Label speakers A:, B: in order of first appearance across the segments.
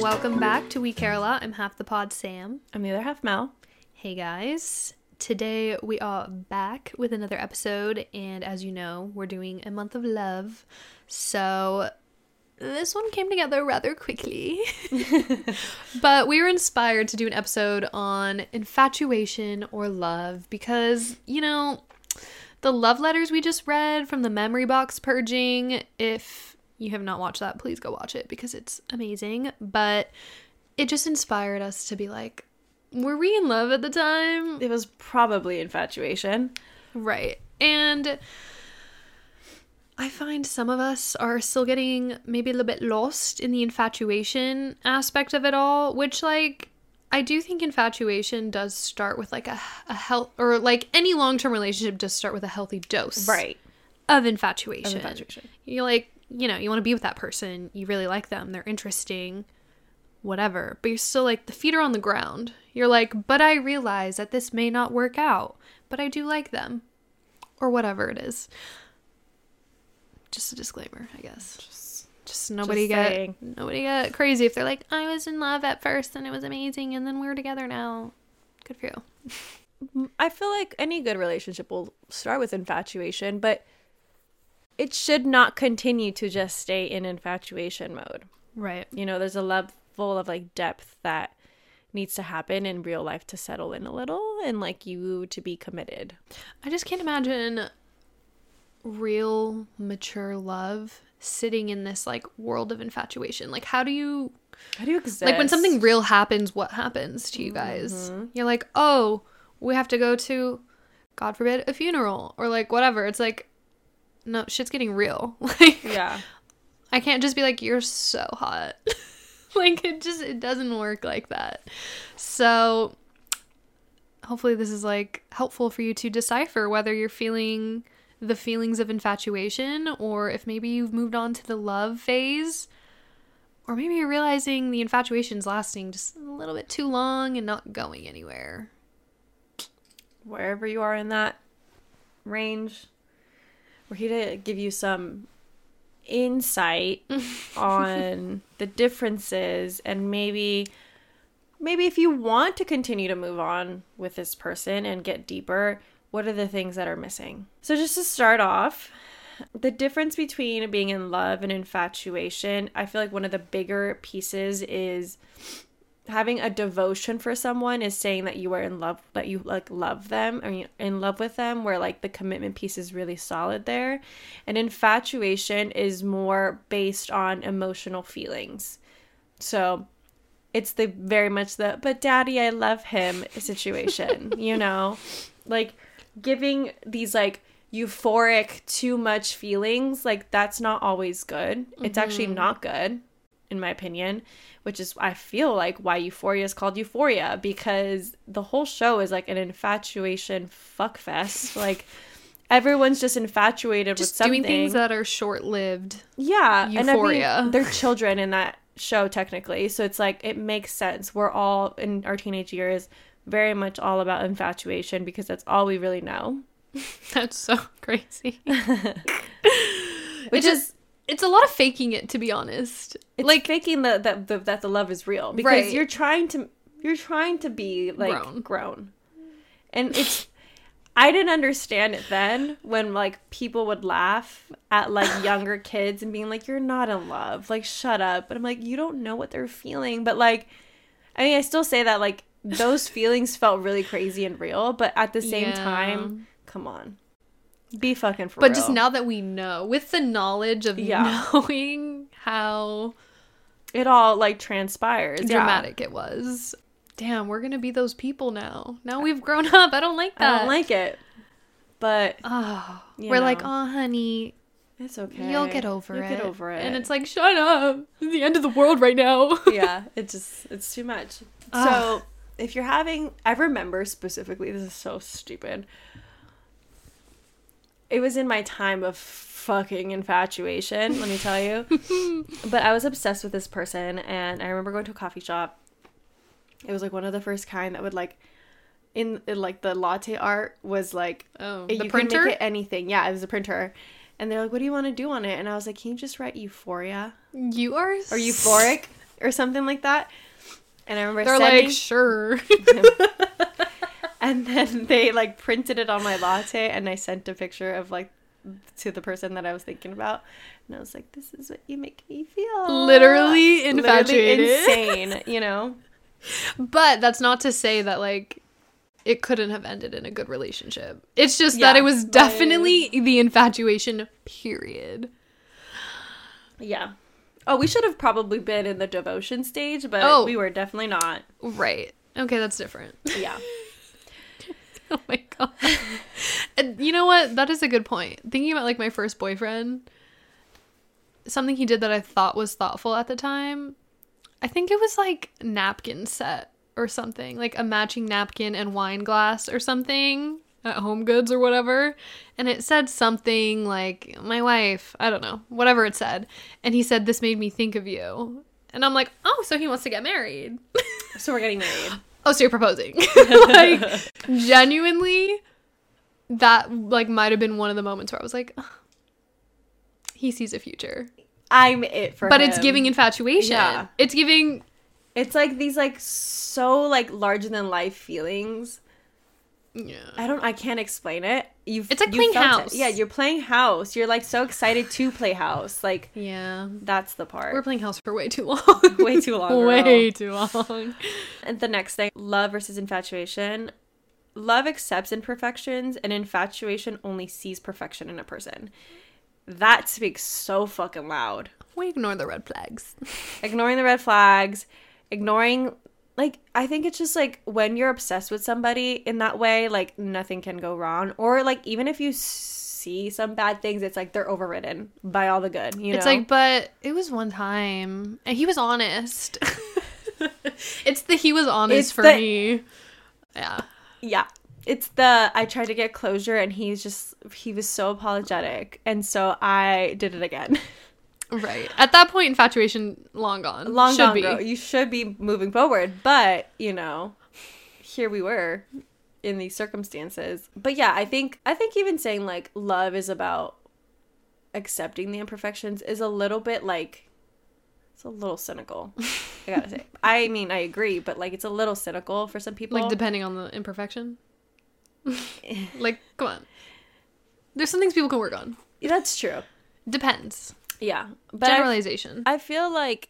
A: Welcome back to We Care a Lot. I'm half the pod, Sam.
B: I'm the other half Mel.
A: Hey guys. Today we are back with another episode, and as you know, we're doing a month of love. So this one came together rather quickly. but we were inspired to do an episode on infatuation or love because, you know, the love letters we just read from the memory box purging, if you have not watched that, please go watch it because it's amazing. But it just inspired us to be like, were we in love at the time?
B: It was probably infatuation.
A: Right. And I find some of us are still getting maybe a little bit lost in the infatuation aspect of it all, which, like, I do think infatuation does start with like a, a health or like any long term relationship does start with a healthy dose of infatuation.
B: Infatuation.
A: You're like, you know, you want to be with that person, you really like them, they're interesting, whatever. But you're still like, the feet are on the ground. You're like, but I realize that this may not work out, but I do like them, or whatever it is. Just a disclaimer, I guess. Just, nobody get
B: saying.
A: nobody get crazy if they're like, I was in love at first and it was amazing, and then we're together now. Good for you.
B: I feel like any good relationship will start with infatuation, but it should not continue to just stay in infatuation mode.
A: Right.
B: You know, there's a level of like depth that needs to happen in real life to settle in a little and like you to be committed.
A: I just can't imagine real mature love sitting in this like world of infatuation. Like how do you
B: How do you exist?
A: like when something real happens, what happens to you guys? You're like, "Oh, we have to go to god forbid a funeral or like whatever." It's like no, shit's getting real. Like
B: Yeah.
A: I can't just be like, you're so hot. like it just it doesn't work like that. So hopefully this is like helpful for you to decipher whether you're feeling the feelings of infatuation or if maybe you've moved on to the love phase or maybe you're realizing the infatuation's lasting just a little bit too long and not going anywhere.
B: wherever you are in that range. We're here to give you some insight on the differences and maybe maybe if you want to continue to move on with this person and get deeper, what are the things that are missing? So just to start off, the difference between being in love and infatuation, I feel like one of the bigger pieces is having a devotion for someone is saying that you are in love that you like love them or you in love with them where like the commitment piece is really solid there and infatuation is more based on emotional feelings so it's the very much the but daddy i love him situation you know like giving these like euphoric too much feelings like that's not always good
A: Mm-hmm.
B: it's actually not good in my opinion, which is I feel like why Euphoria is called Euphoria because the whole show is like an infatuation fuckfest. like everyone's just infatuated
A: Just
B: with something.
A: doing things that are short-lived.
B: yeah, and I
A: Euphoria.
B: mean, they're children in that show technically, so it's like it makes sense. We're all in our teenage years very much all about infatuation because that's all we really know.
A: That's so crazy.
B: Which
A: it
B: is
A: just it's a lot of faking it to be honest like
B: it's like faking the, that the that the love is real because
A: Right.
B: you're trying to you're trying to be like
A: Grown.
B: grown, and it's I didn't understand it then when like people would laugh at like younger kids and being like you're not in love like shut up but I'm like you don't know what they're feeling but like I mean I still say that like those feelings felt really crazy and real but at the same
A: Yeah.
B: time come on be fucking for
A: but
B: real.
A: just now that we know with the knowledge of
B: Yeah.
A: knowing how
B: it all like transpires Yeah.
A: dramatic it was damn we're gonna be those people now now we've grown up i don't like that
B: I don't like it but
A: oh
B: You
A: we're like
B: know.
A: oh honey
B: It's okay.
A: you'll get over it
B: You'll get over it.
A: and it's like shut up it's the end of the world right now
B: yeah, it just it's too much.
A: Ugh.
B: So if you're having, I remember specifically. This is so stupid. It was in my time of fucking infatuation. Let me tell you. but I was obsessed with this person, and I remember going to a coffee shop. It was like one of the first kind that would like in, in like the latte art was like
A: Oh,
B: you
A: the
B: can
A: printer.
B: make it anything. Yeah, it was a printer. And they're like, "What do you want to do on it?" And I was like, "Can you just write euphoria
A: you are.
B: or euphoric or something like that?" And I remember
A: They're
B: sending,
A: like sure.
B: and then they like printed it on my latte, and I sent a picture of like to the person that I was thinking about, and I was like, "This is what you make me feel."
A: Literally infatuated.
B: Literally Ah, insane, you know.
A: But that's not to say that like it couldn't have ended in a good relationship. It's just that
B: Yeah,
A: it was
B: but-
A: definitely the infatuation period.
B: Yeah. Oh, we should have probably been in the devotion stage, but
A: Oh.
B: we were definitely not.
A: Right. Okay, that's different.
B: Yeah.
A: oh my god. and you know what? That is a good point. Thinking about like my first boyfriend, something he did that I thought was thoughtful at the time. I think it was like napkin set or something, like a matching napkin and wine glass or something at Home Goods or whatever. And it said something like my wife, I don't know, whatever it said. And he said this made me think of you. And I'm like, "Oh, so he wants to get married."
B: So we're getting married.
A: oh so you're proposing like genuinely that like might have been one of the moments where i was like "Ugh, he sees a future
B: I'm it for
A: but it's
B: him.
A: giving infatuation
B: Yeah.
A: it's giving
B: it's like these like so like larger than life feelings.
A: yeah
B: I don't I can't explain it. You've
A: It's like
B: you
A: playing
B: felt it.
A: house.
B: Yeah, you're playing house. You're like so excited to play house. Like
A: yeah
B: that's the
A: we're
B: part.
A: playing house for way too long
B: Way too long, girl.
A: way too long
B: And the next thing, love versus infatuation. Love accepts imperfections and infatuation only sees perfection in a person. That speaks so fucking loud.
A: we ignore the red flags
B: ignoring the red flags, ignoring like I think it's just like when you're obsessed with somebody in that way, like nothing can go wrong. Or like even if you see some bad things, it's like they're overridden by all the good. You know,
A: it's like but it was one time and he was honest it's the he was honest
B: It's
A: for
B: the-
A: me yeah
B: yeah. It's the I tried to get closure and he's just he was so apologetic and so I did it again.
A: Right. At that point, infatuation long gone.
B: Long
A: Should
B: gone,
A: be.
B: girl. You should be moving forward, but you know, here we were in these circumstances. But yeah, I think I think even saying like love is about accepting the imperfections is a little bit like it's a little cynical. I gotta say. I mean, I agree, but like it's a little cynical for some people.
A: Like depending on the imperfection. like, come on. There's some things people can work on.
B: That's true.
A: Depends.
B: Yeah, but I,
A: Generalization.
B: I feel like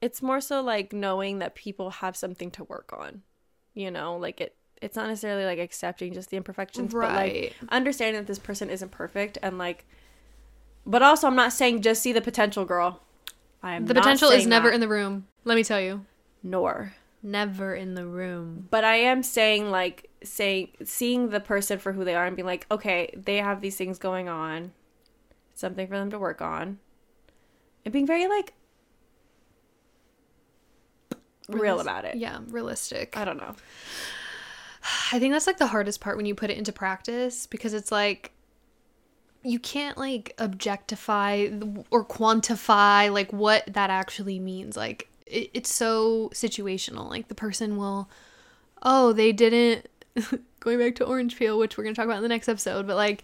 B: it's more so like knowing that people have something to work on. You know, like it it's not necessarily like accepting just the imperfections,
A: right.
B: but like understanding that this person isn't perfect and like but also I'm not saying just see the potential girl. I am
A: the
B: not
A: potential is
B: saying
A: never
B: that,
A: in the room. Let me tell you.
B: nor.
A: Never in the room.
B: But I am saying like saying seeing the person for who they are and being like, okay, they have these things going on, something for them to work on, and being very like real
A: Realis-
B: about it.
A: Yeah, realistic.
B: I don't know.
A: I think that's like the hardest part when you put it into practice because it's like you can't like objectify or quantify like what that actually means. Like it, it's so situational. Like the person will, oh, they didn't. going back to orange peel, which we're gonna talk about in the next episode, but like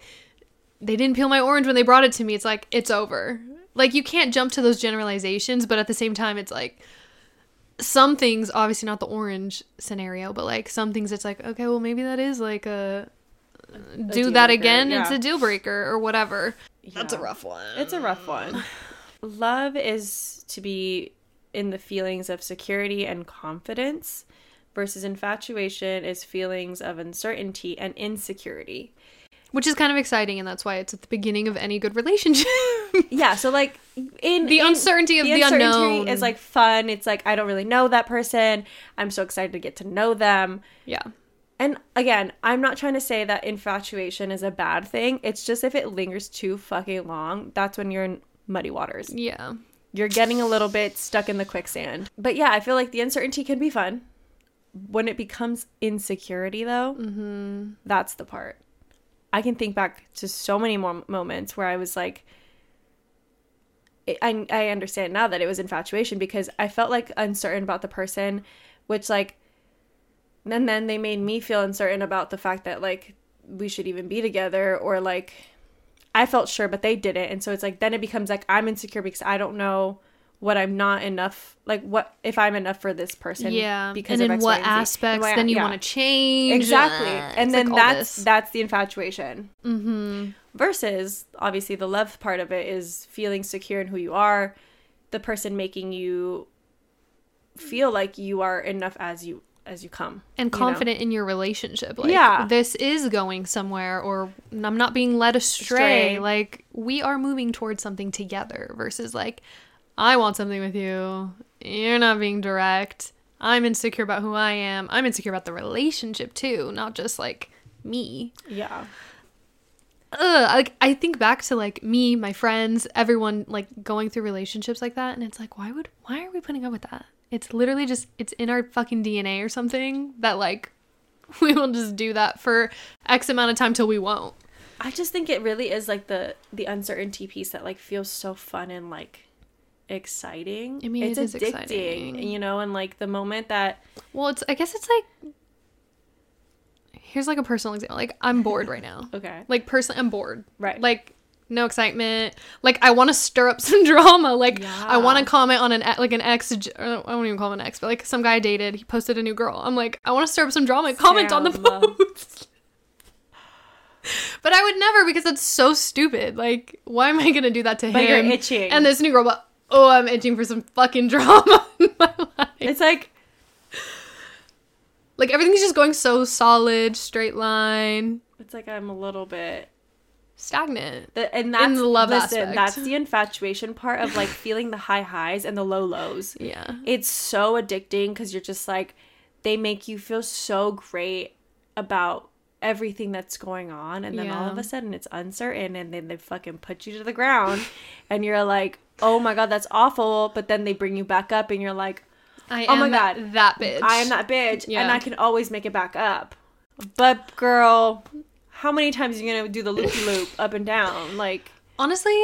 A: they didn't peel my orange when they brought it to me. It's like it's over. Like you can't jump to those generalizations, but at the same time, it's like some things obviously not the orange scenario but like some things it's like okay well maybe that is like a, do
B: deal
A: that
B: breaker,
A: again it's
B: yeah.
A: a deal breaker or whatever that's a
B: Yeah.
A: rough one
B: It's a rough one. Love is to be in the feelings of security and confidence versus infatuation is feelings of uncertainty and insecurity.
A: which is kind of exciting and that's why it's at the beginning of any good relationship
B: Yeah, so like in
A: the
B: in-
A: uncertainty of the,
B: uncertainty
A: unknown
B: is like fun. It's like I don't really know that person. I'm so excited to get to know them.
A: yeah
B: And again, I'm not trying to say that infatuation is a bad thing. It's just if it lingers too fucking long, that's when you're in muddy waters.
A: yeah
B: you're getting a little bit stuck in the quicksand. But yeah, I feel like the uncertainty can be fun. When it becomes insecurity, though, that's the part. I can think back to so many more moments where I was like, I- I, I understand now that it was infatuation because I felt like uncertain about the person, which, like, and then they made me feel uncertain about the fact that like we should even be together or like I felt sure but they didn't and so it's like then it becomes like I'm insecure because I don't know what I'm not enough like what if I'm enough for this person
A: yeah.
B: because
A: and
B: of
A: in
B: X, Y,
A: what
B: and Z.
A: aspects
B: And why-
A: then you
B: yeah.
A: want to change.
B: exactly
A: uh,
B: and
A: it's
B: then
A: like all
B: that's
A: this.
B: that's the infatuation
A: Mhm.
B: versus obviously the love part of it is feeling secure in who you are the person making you feel like you are enough as you as you come you know?
A: and confident in your relationship like
B: Yeah.
A: this is going somewhere or i'm not being led astray
B: Astray.
A: like we are moving towards something together versus like i want something with you you're not being direct i'm insecure about who i am i'm insecure about the relationship too not just like me
B: yeah
A: Ugh, like i think back to like me my friends everyone like going through relationships like that and it's like why would why are we putting up with that it's literally just it's in our fucking dna or something that like we will just do that for x amount of time till we won't
B: i just think it really is like the the uncertainty piece that like feels so fun and like exciting
A: I mean,
B: it's
A: it is
B: addicting
A: exciting.
B: you know and like the moment that
A: well it's i guess it's like here's like a personal example like i'm bored right now
B: okay
A: like personally i'm bored
B: right
A: like no excitement like i want to stir up some drama like i
B: Yeah.
A: want to comment on an e- like an ex j- or i don't even call him an ex but like some guy I dated he posted a new girl i'm like i want to stir up some drama comment on the
B: Sounds-
A: post but i would never because that's so stupid like why am i gonna do that to
B: But you're
A: him
B: itching.
A: and this new girl but oh i'm itching for some fucking drama in my life
B: it's like
A: like everything's just going so solid straight line
B: it's like i'm a little bit
A: stagnant
B: The, and that's
A: the love
B: listen,
A: aspect.
B: that's the infatuation part of like feeling the high highs and the low lows.
A: yeah
B: It's so addicting because you're just like they make you feel so great about everything that's going on and then all
A: Yeah.
B: of a sudden it's uncertain and then they fucking put you to the ground and you're like, "Oh my god, that's awful." But then they bring you back up and you're like,
A: I
B: Oh my
A: am
B: God.
A: that bitch.
B: "I am that bitch and
A: Yeah.
B: I can always make it back up." But girl, how many times are you going to do the loop loop up and down? Like
A: Honestly,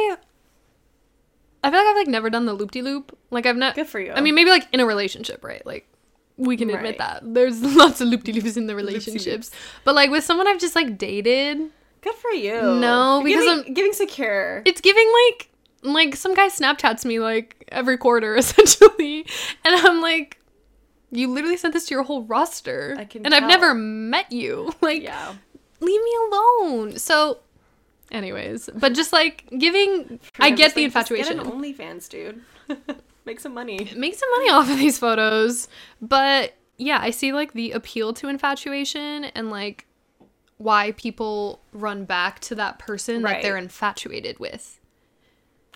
A: I feel like I've like never done the loop de loop. Like I've not.
B: Good for you.
A: I mean, maybe like in a relationship, right? Like we can admit
B: Right.
A: that there's lots of loop de loops in the relationships. But like with someone I've just like dated,
B: Good for you.
A: No,
B: You're
A: because
B: giving,
A: I'm-
B: giving secure.
A: it's giving like like some guy Snapchats me like every quarter essentially, and I'm like. You literally sent this to your whole roster,
B: I can
A: and I've
B: tell.
A: never met you. Like,
B: yeah,
A: leave me alone. So, anyways, but just like giving, I get the infatuation.
B: Get an OnlyFans, dude. Make some money.
A: make some money off of these photos. But yeah, I see like the appeal to infatuation and like why people run back to that person that
B: Right.
A: they're infatuated with.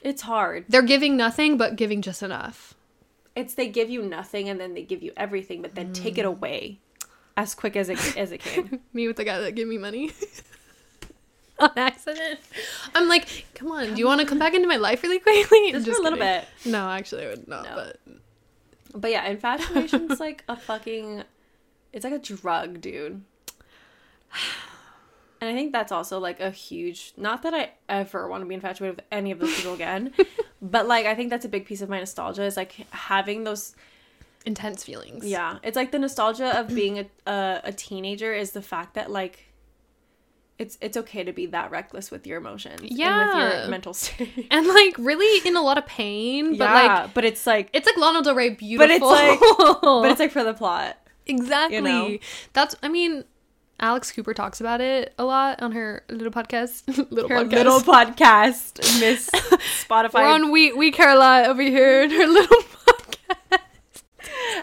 B: It's hard.
A: They're giving nothing but giving just enough.
B: It's they give you nothing and then they give you everything, but then take
A: Mm.
B: it away as quick as it as it can.
A: Me with the guy that gave me money. On accident. I'm like, come on, do you want to come back into my life really quickly?
B: Just, for a
A: kidding.
B: little bit.
A: No, actually, I would not.
B: No.
A: But
B: But yeah, infatuation's like a fucking. It's like a drug, dude. And I think that's also like a huge. Not that I ever want to be infatuated with any of those people again, but like I think that's a big piece of my nostalgia is like having those.
A: intense feelings.
B: Yeah, it's like the nostalgia of being a a, a teenager is the fact that like. It's it's okay to be that reckless with your emotions. And with
A: Yeah.
B: your mental state.
A: And like really in a lot of pain, but
B: yeah,
A: like
B: but it's like.
A: it's like Lana Del Rey beautiful.
B: But it's like- but it's like for the plot.
A: Exactly.
B: know?
A: That's I mean, Alex Cooper talks about it a lot on her little podcast. little
B: her
A: podcast.
B: little podcast, Miss Spotify.
A: We're on we we care a lot over here in her little podcast.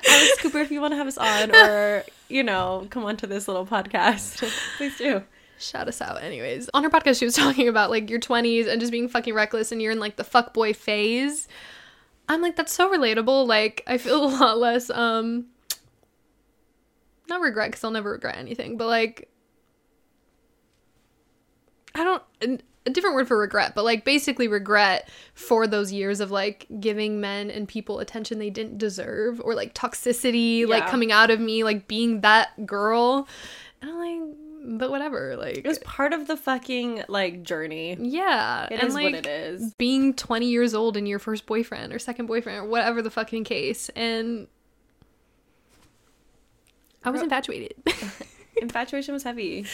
B: Alex Cooper, if you want to have us on, or you know, come on to this little podcast, please do.
A: Shout us out anyways. On her podcast she was talking about like your 20s and just being fucking reckless and you're in like the fuckboy phase. I'm like that's so relatable. Like I feel a lot less um not regret cuz I'll never regret anything, but like I don't an- a different word for regret, but like basically regret for those years of like giving men and people attention they didn't deserve or like toxicity like
B: Yeah.
A: coming out of me like being that girl. And I'm like but whatever like
B: It was part of the fucking like journey. It
A: yeah,
B: is
A: and like
B: what it is.
A: being 20 years old and your first boyfriend or second boyfriend or whatever the fucking case and I was
B: Ro-
A: infatuated.
B: Infatuation was heavy.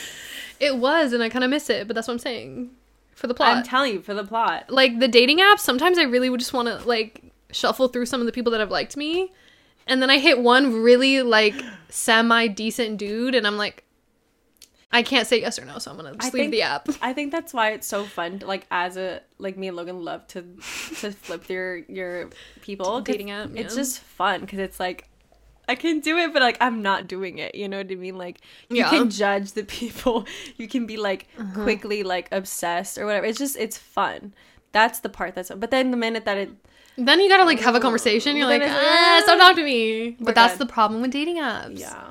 A: it was, and I kind of miss it, but that's what I'm saying. For the
B: I'm
A: plot.
B: telling you, for the plot.
A: like the dating apps, sometimes I really would just want to like shuffle through some of the people that have liked me. And then I hit one really like semi decent dude, and I'm like, I can't say yes or no, so I'm gonna just leave
B: think-
A: the app.
B: I think that's why it's so fun. To, like as a like me and Logan love to to flip through your people 'cause
A: Dating app,
B: It's
A: yeah.
B: just fun because it's like I can do it, but like I'm not doing it. You know what I mean? Like you
A: Yeah. Uh-huh.
B: can judge the people. You can be like quickly like obsessed or whatever. It's just it's fun. That's the part that's. But then the minute that it
A: Then you gotta like have a conversation. You're
B: Then
A: like,
B: it's like,
A: ah, stop talking to me.
B: We're
A: But that's
B: good.
A: the problem with dating apps.
B: yeah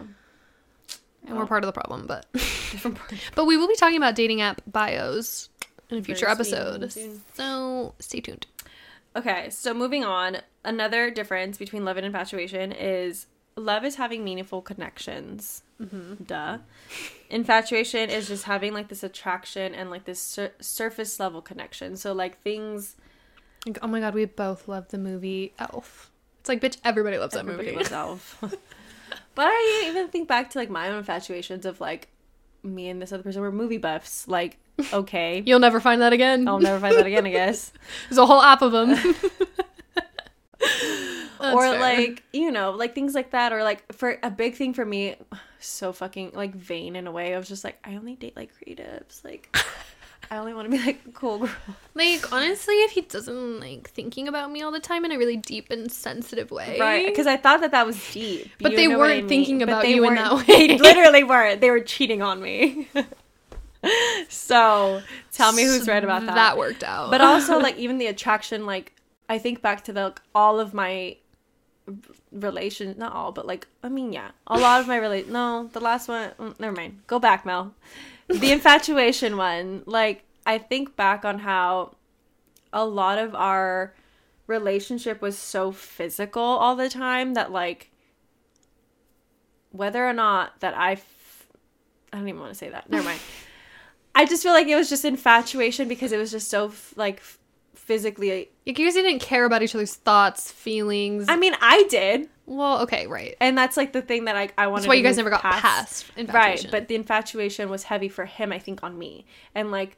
A: and we're part of the problem. But
B: different part.
A: but we will be talking about dating app bios in a future
B: Very soon,
A: episode.
B: soon.
A: So stay tuned.
B: Okay, so moving on. Another difference between love and infatuation is love is having meaningful connections.
A: Mm-hmm.
B: Duh. Infatuation is just having like this attraction and like this sur- surface level connection. So like things
A: Like, oh my god, we both love the movie Elf. It's like, bitch, everybody loves that
B: everybody
A: movie.
B: loves Elf. but I even think back to like my own infatuations of like me and this other person were movie buffs. Like okay,
A: You'll never find that again.
B: I'll never find that again. I guess.
A: There's a whole app of them. That's
B: or
A: fair.
B: like you know like things like that or like for a big thing for me so fucking like vain in a way i was just like i only date like creatives like i only want to be like cool girl
A: like honestly, if he doesn't like thinking about me all the time in a really deep and sensitive way,
B: right because i thought that that was deep
A: But
B: you
A: they
B: know what I
A: weren't thinking
B: mean? But
A: about
B: they
A: you in
B: weren't-
A: that way.
B: they literally weren't they were cheating on me so tell me who's right about that
A: That worked out.
B: but uh, also like even the attraction like i think back to the like, all of my r- relation not all but like i mean yeah a lot of my relate no the last one mm, never mind go back mel the infatuation one like i think back on how a lot of our relationship was so physical all the time that like whether or not that I, f- I don't even want to say that. Never mind. I just feel like it was just infatuation because it was just so f- like f- physically.
A: Like, you guys didn't care about each other's thoughts, feelings.
B: I mean, I did,
A: well, okay, right.
B: and that's like the thing that like I wanted.
A: That's why
B: to
A: you guys
B: move
A: never got past,
B: right?
A: infatuation.
B: But the infatuation was heavy for him, I think, on me, and like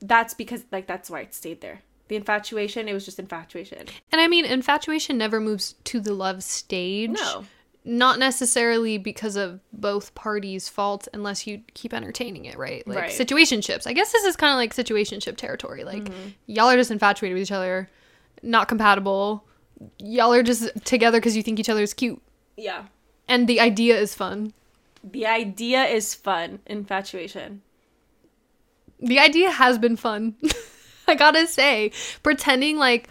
B: that's because like that's why it stayed there. The infatuation, it was just infatuation.
A: And I mean, infatuation never moves to the love stage.
B: No.
A: Not necessarily because of both parties' faults, unless you keep entertaining it, right? Like
B: Right.
A: situationships. I guess this is kind of like situationship territory. Like y'all are just infatuated with each other, not compatible. Y'all are just together because you think each other is cute,
B: Yeah,
A: and the idea is fun.
B: the idea is fun. Infatuation.
A: the idea has been fun. I gotta say, pretending like,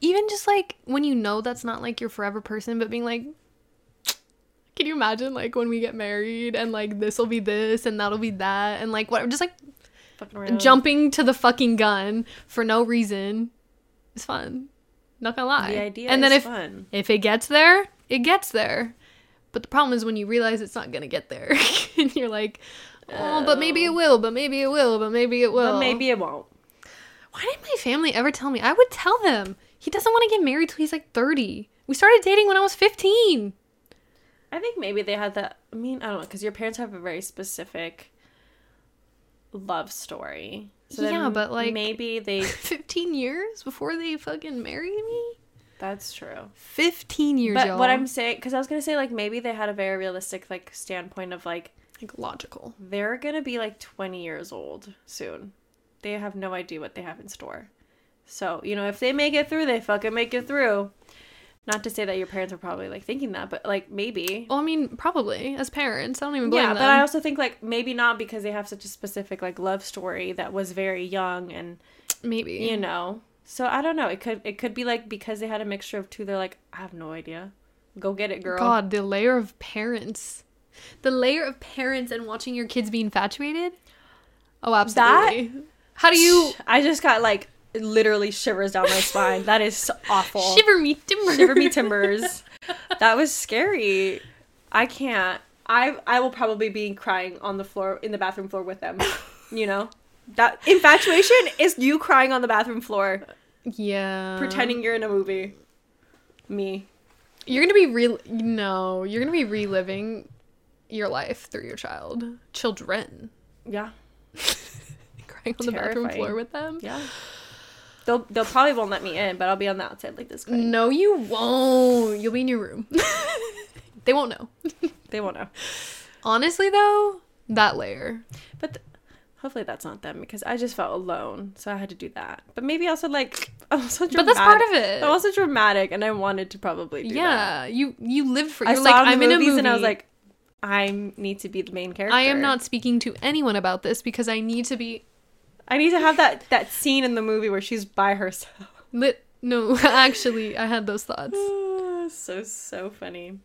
A: even just like when you know that's not like your forever person, but being like, can you imagine like when we get married and like this will be this and that'll be that and like whatever, just like
B: Fucking around.
A: jumping to the fucking gun for no reason is fun. Not gonna lie.
B: The idea.
A: and then
B: is
A: if
B: fun.
A: if it gets there, it gets there. But the problem is when you realize it's not gonna get there, and you're like, "Oh, but maybe it will. But maybe it will. But maybe it will.
B: but maybe it won't.
A: Why didn't my family ever tell me? I would tell them. He doesn't want to get married till he's like 30. We started dating when I was 15.
B: I think maybe they had that. I mean, I don't know, because your parents have a very specific love story.
A: Yeah, but, like-
B: maybe they.
A: 15 years before they fucking married me.
B: That's true.
A: 15 years.
B: But
A: y'all.
B: what I'm saying, because I was gonna say like maybe they had a very realistic like standpoint of like
A: like logical.
B: they're gonna be like 20 years old soon. They have no idea what they have in store. So you know, if they make it through, they fucking make it through. Not to say that your parents are probably like thinking that, but like maybe.
A: Well, I mean, probably as parents, I don't even blame
B: yeah
A: them.
B: but i also think like maybe not because they have such a specific like love story that was very young and
A: maybe.
B: you know so i don't know it could it could be like because they had a mixture of two they're like i have no idea go get it girl
A: God, the layer of parents. The layer of parents and watching your kids be infatuated. Oh, absolutely. How do you
B: i just got like literally shivers down my spine that is awful
A: shiver me timber?
B: shiver me timbers that was scary i can't i i will probably be crying on the floor in the bathroom floor with them you know that infatuation is you crying on the bathroom floor
A: yeah.
B: Um, pretending you're in a movie. Me.
A: You're gonna be re no, you're gonna be reliving your life through your child. Children.
B: Yeah.
A: Crying on the bathroom
B: Terrifying.
A: floor with them.
B: Yeah. They'll they'll probably won't let me in, but I'll be on the outside like this. Quick.
A: No, you won't. You'll be in your room. they won't know.
B: They won't know.
A: Honestly though, that layer.
B: But th- hopefully that's not them because I just felt alone, so I had to do that. But maybe also like I was so
A: But
B: dramatic.
A: that's part of it.
B: I was so dramatic, and I wanted to probably do that.
A: yeah. You you live for
B: I
A: you're
B: saw
A: like
B: the
A: I'm in a movie
B: movies, and I was like, I need to be the main character.
A: I am not speaking to anyone about this because I need to be
B: I need to have that that scene in the movie where she's by herself.
A: lit no, actually I had those thoughts.
B: so so funny.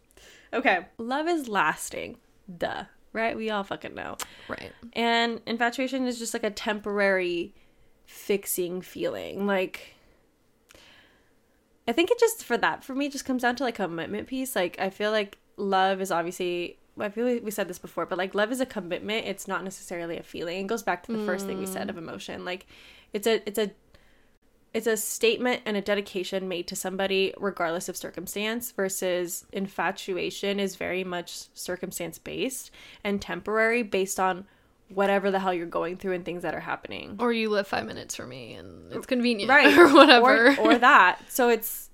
B: Okay, love is lasting. Duh. Right? We all fucking know.
A: Right.
B: And infatuation is just like a temporary fixing feeling. Like I think it just for that for me just comes down to like a commitment piece. Like I feel like love is obviously I feel like we said this before, but like love is a commitment. It's not necessarily a feeling. It goes back to the first thing we said of emotion. Like it's a it's a it's a statement and a dedication made to somebody regardless of circumstance versus infatuation is very much circumstance based and temporary based on whatever the hell you're going through and things that are happening
A: Or you live five minutes from me and it's convenient.
B: right
A: Or whatever.
B: or, or that so it's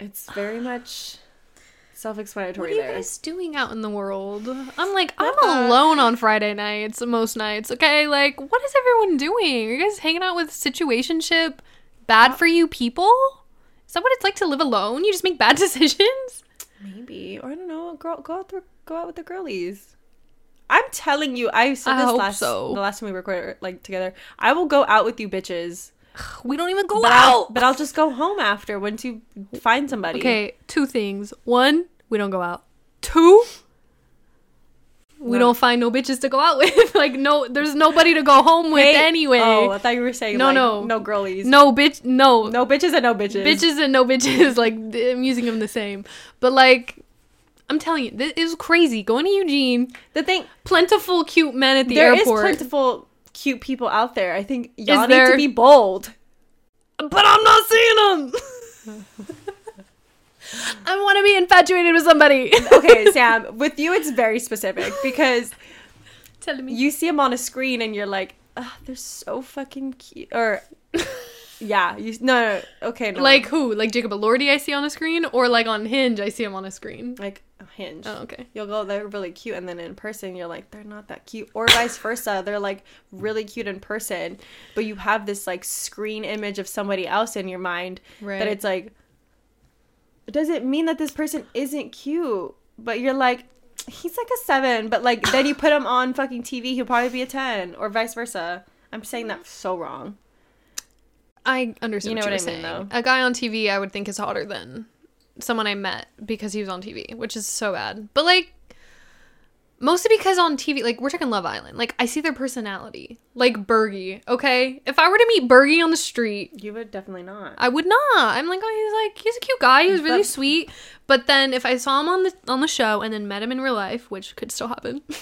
B: it's very much
A: What
B: self-explanatory
A: are you
B: there
A: guys doing out in the world? I'm like, I'm
B: Uh-uh.
A: alone on Friday nights, most nights, okay? Like, what is everyone doing? Are you guys hanging out with situationship bad for you people? Is that what it's like to live alone? You just make bad decisions?
B: maybe or i don't know girl go out through, go out with the girlies i'm telling you i said
A: I
B: this
A: hope
B: last
A: so.
B: the last time we recorded like together i will go out with you bitches
A: We don't even go
B: But I'll,
A: out.
B: but I'll just go home after once you find somebody.
A: Okay, two things. One, we don't go out. Two, we
B: No.
A: don't find no bitches to go out with. like, no, there's nobody to go home with
B: Hey-
A: anyway.
B: Oh, I thought you were saying
A: No,
B: like,
A: no.
B: no girlies, no,
A: no bitch, no,
B: bitches and no bitches.
A: bitches and no bitches like i'm using them the same but like i'm telling you this is crazy going to eugene
B: The thing
A: plentiful cute men at the
B: there is
A: airport
B: plentiful cute people out there. I think y'all
A: Is
B: need
A: there-
B: to be bold.
A: but i'm not seeing them i want to be infatuated with somebody
B: Okay, Sam, with you it's very specific because
A: telling me
B: you see them on a screen and you're like, ah, they're so fucking cute. Or yeah, you no, no okay, no.
A: like who like jacob elordi i see on a screen or like on hinge i see him on a screen
B: like a hinge.
A: oh okay
B: You'll go, they're really cute, and then in person, you're like, they're not that cute. Or vice versa, they're like really cute in person, but you have this like screen image of somebody else in your mind
A: right
B: that it's like, does it mean that this person isn't cute? But you're like, he's like a seven, but like then you put him on fucking TV, he'll probably be a 10, or vice versa. I'm saying that so wrong.
A: I understand.
B: You
A: what
B: know
A: you
B: what
A: were
B: I mean,
A: saying.
B: though.
A: A guy on TV, I would think is hotter than someone I met because he was on TV, which is so bad. But like, mostly because on TV, like we're talking Love Island, like I see their personality, like Bergie. Okay, if I were to meet Bergie on the street,
B: You would definitely not.
A: I would not. I'm like, oh, he's like he's a cute guy. He was really
B: But-
A: sweet. But then if I saw him on the on the show and then met him in real life, which could still happen.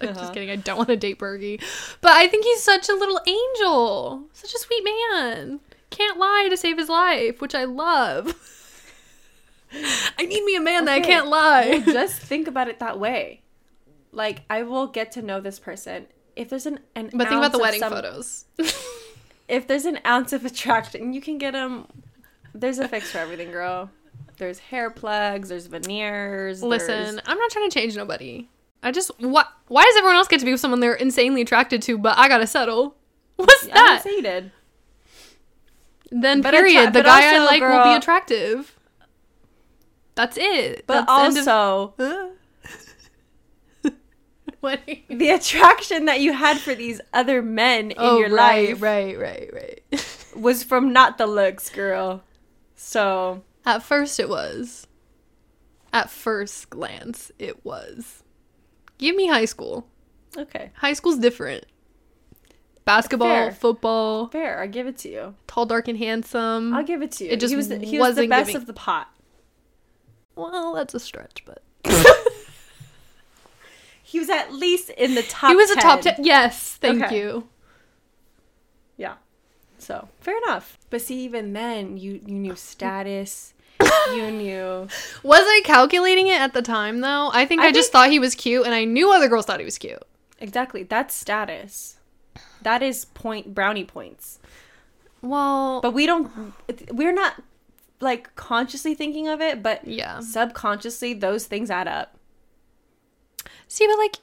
A: I'm
B: Uh-huh.
A: just kidding. I don't want to date Bergie. But I think he's such a little angel. Such a sweet man. Can't lie to save his life, which I love. I need me a man that I
B: Okay.
A: can't lie.
B: Well, just think about it that way. Like, I will get to know this person. If there's an, an
A: but think about
B: ounce
A: the
B: of
A: wedding
B: some-
A: photos.
B: if there's an ounce of attraction, you can get them. There's a fix for everything, girl. There's hair plugs. There's veneers.
A: Listen,
B: there's-
A: I'm not trying to change nobody. I just why why does everyone else get to be with someone they're insanely attracted to, but I gotta settle? What's
B: I didn't
A: that?
B: say you did.
A: then
B: But
A: period.
B: attra-
A: the
B: but
A: guy I
B: also,
A: like will be
B: girl-
A: attractive. That's it.
B: But
A: That's the end of-
B: also,
A: What are you-
B: the attraction that you had for these other men in
A: oh,
B: your
A: right,
B: life
A: right, right, right.
B: was from not the looks, girl. So
A: At first, it was. At first glance, it was. Give me high school.
B: okay,
A: High school's different. Basketball,
B: Fair.
A: football,
B: fair. I give it to you.
A: tall, dark, and handsome.
B: I'll give it to you.
A: Mm-hmm. It just
B: he was the, he was the
A: wasn't
B: best
A: giving-
B: of the pot.
A: well, that's a stretch, but
B: He was at least in the top.
A: he was a top
B: 10.
A: ten. Yes, thank
B: Okay.
A: you.
B: Yeah. So fair enough. But see, even then, you you knew status, you knew.
A: Was I calculating it at the time though? I think I,
B: I
A: just
B: think-
A: thought he was cute and I knew other girls thought he was cute.
B: Exactly. That's status. That is point brownie points.
A: Well,
B: But we don't we're not like consciously thinking of it, but
A: yeah.
B: subconsciously those things add up.
A: See, but like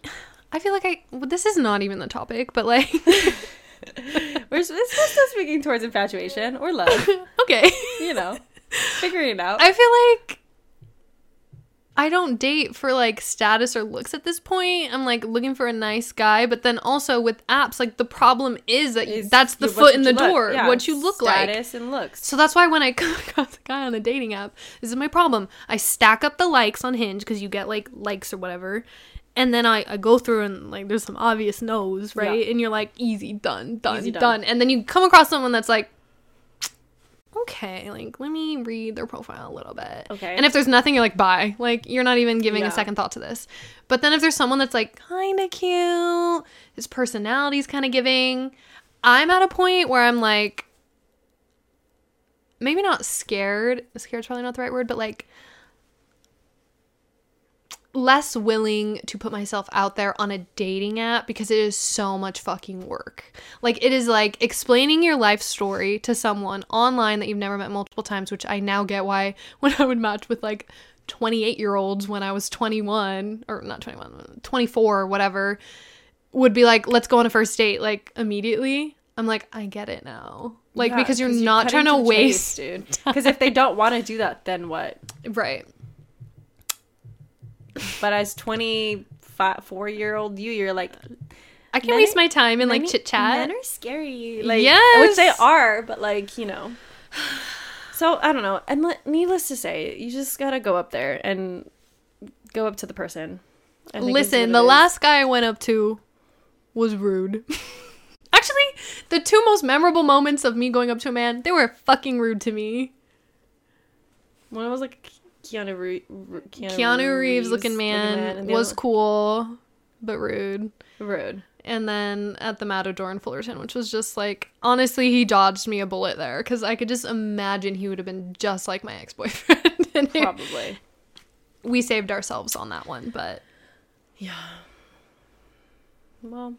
A: I feel like I well, this is not even the topic, but like
B: We're s- it's just us speaking towards infatuation or love,
A: okay.
B: you know. Figuring it out.
A: I feel like I don't date for like status or looks at this point. I'm like looking for a nice guy, but then also with apps, like the problem is that
B: Is
A: that's the
B: you- what
A: foot in the
B: you look-
A: door,
B: yeah,
A: what you look like.
B: Status and looks.
A: So that's why when I got the guy on the dating app, this is my problem. I stack up the likes on Hinge because you get like likes or whatever. And then I, I go through and like there's some obvious no's, right?
B: Yeah.
A: And you're like, easy, done, done,
B: Easy,
A: done.
B: done.
A: And then you come across someone that's like, okay, like let me read their profile a little bit.
B: Okay.
A: And if there's nothing, you're like, bye. Like you're not even giving
B: Yeah.
A: a second thought to this. But then if there's someone that's like kind of cute, his personality's kind of giving, I'm at a point where I'm like, maybe not scared. Scared's probably not the right word, but like less willing to put myself out there on a dating app because it is so much fucking work. Like it is like explaining your life story to someone online that you've never met multiple times, which I now get why when I would match with like 28 year olds when I was 21 or not 21, 24 or whatever would be like, let's go on a first date like immediately. I'm like, I get it now. Like
B: Yeah,
A: because you're
B: 'cause you
A: not
B: cut
A: trying to
B: into the chase,
A: waste
B: dude. Because if they don't want to do that, then what?
A: Right.
B: But as 24 year old you, you're like,
A: I can
B: Men
A: waste
B: are-
A: my time in like
B: "Men-
A: chit chat.
B: Men are scary. Like,
A: Yes.
B: Which they are, but like, you know. So I don't know. And le- needless to say, you just got to go up there and go up to the person. I think is what
A: Listen,
B: it
A: the
B: is.
A: last guy I went up to was rude. Actually, the two most memorable moments of me going up to a man, they were fucking rude to me.
B: One was like Keanu, Ree- Re- Keanu,
A: Keanu Reeves looking man
B: and the
A: was
B: other-
A: cool, but rude.
B: rude.
A: And then at the Matador in Fullerton, which was just like, honestly, he dodged me a bullet there because I could just imagine he would have been just like my ex boyfriend. and it-
B: Probably.
A: we saved ourselves on that one, but
B: Well,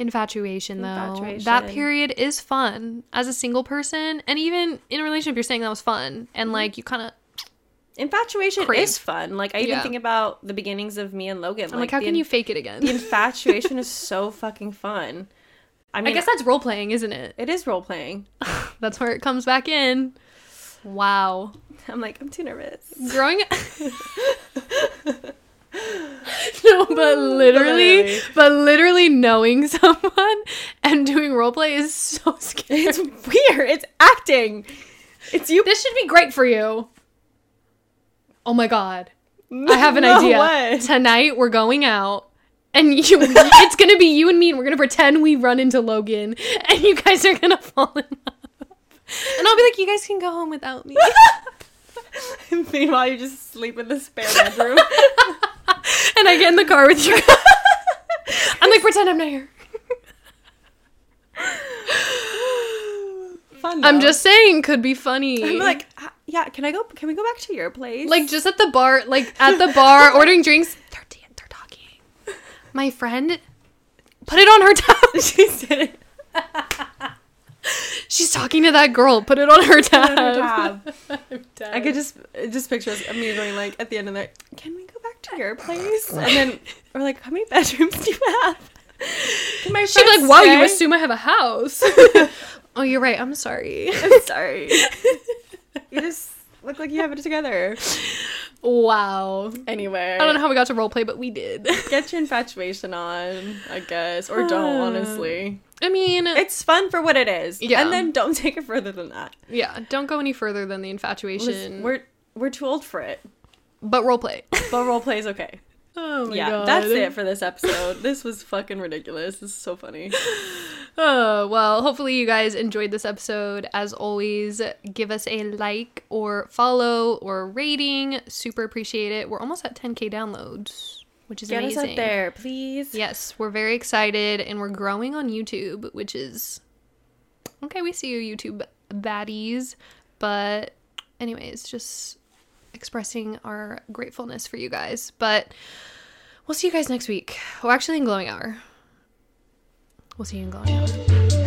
A: infatuation though that
B: Infatuation.
A: period is fun as a single person and even in a relationship you're saying that was fun
B: Mm-hmm.
A: and like you kind of
B: infatuation
A: Crave.
B: is fun. Like I even
A: Yeah.
B: think about the beginnings of me and Logan.
A: i'm like, how
B: the
A: can
B: in-
A: you fake it
B: The
A: again
B: infatuation is so fucking fun. I
A: i
B: mean,
A: guess that's role playing isn't it
B: it is role playing.
A: that's where it comes back in wow
B: I'm like, I'm too nervous.
A: growing no but literally
B: Literally.
A: but literally knowing someone and doing role play is so scary
B: It's weird. It's acting. It's you.
A: this should be great for you oh my god I have an
B: No
A: idea.
B: way.
A: Tonight we're going out. And you, it's gonna be you and me, and we're gonna pretend we run into Logan, and you guys are gonna fall in love. And I'll be like, you guys can go home without me.
B: Meanwhile, you just sleep in the spare bedroom.
A: and I get in the car with you. I'm like, pretend I'm not here.
B: Fun.
A: I'm
B: though.
A: just saying, could be funny.
B: I'm like, "Ah, yeah. Can I go? Can we go back to your place?
A: like just at the bar, like at the bar, ordering drinks. They're, dan- they're talking. My friend, put it on her tab.
B: she said it.
A: She's talking to that girl. Put it on her tab.
B: on her
A: um,
B: tab.
A: I'm done.
B: I could just just picture us immediately like at the end of the can we go back to your place? And then we're like, how many bedrooms do you have? Can my
A: She'd be
B: friends
A: like, wow, you
B: stay?"
A: assume I have a house. oh, you're right. I'm sorry.
B: I'm sorry. you just look like you have it together.
A: Wow.
B: Anyway.
A: I don't know how we got to roleplay, but we did.
B: Get your infatuation on, I guess. Or don't, honestly.
A: I mean,
B: It's fun for what it is.
A: Yeah.
B: And then don't take it further than that.
A: yeah, don't go any further than the
B: Listen,
A: infatuation.
B: We're we're too old for it.
A: but roleplay.
B: But role play is okay.
A: oh my
B: yeah.
A: god.
B: That's it for this episode. this was fucking ridiculous. This is so funny.
A: Oh, well, hopefully you guys enjoyed this episode. As always, give us a like or follow or rating. Super appreciate it. We're almost at 10k downloads, which is
B: Get
A: amazing.
B: us up there, please.
A: Yes, we're very excited and we're growing on YouTube, which is okay. We see you, YouTube baddies, but anyways, just expressing our gratefulness for you guys. But Oh, we'll see you guys next week. Well, actually, in glowing hour. We'll see you in glowing hour.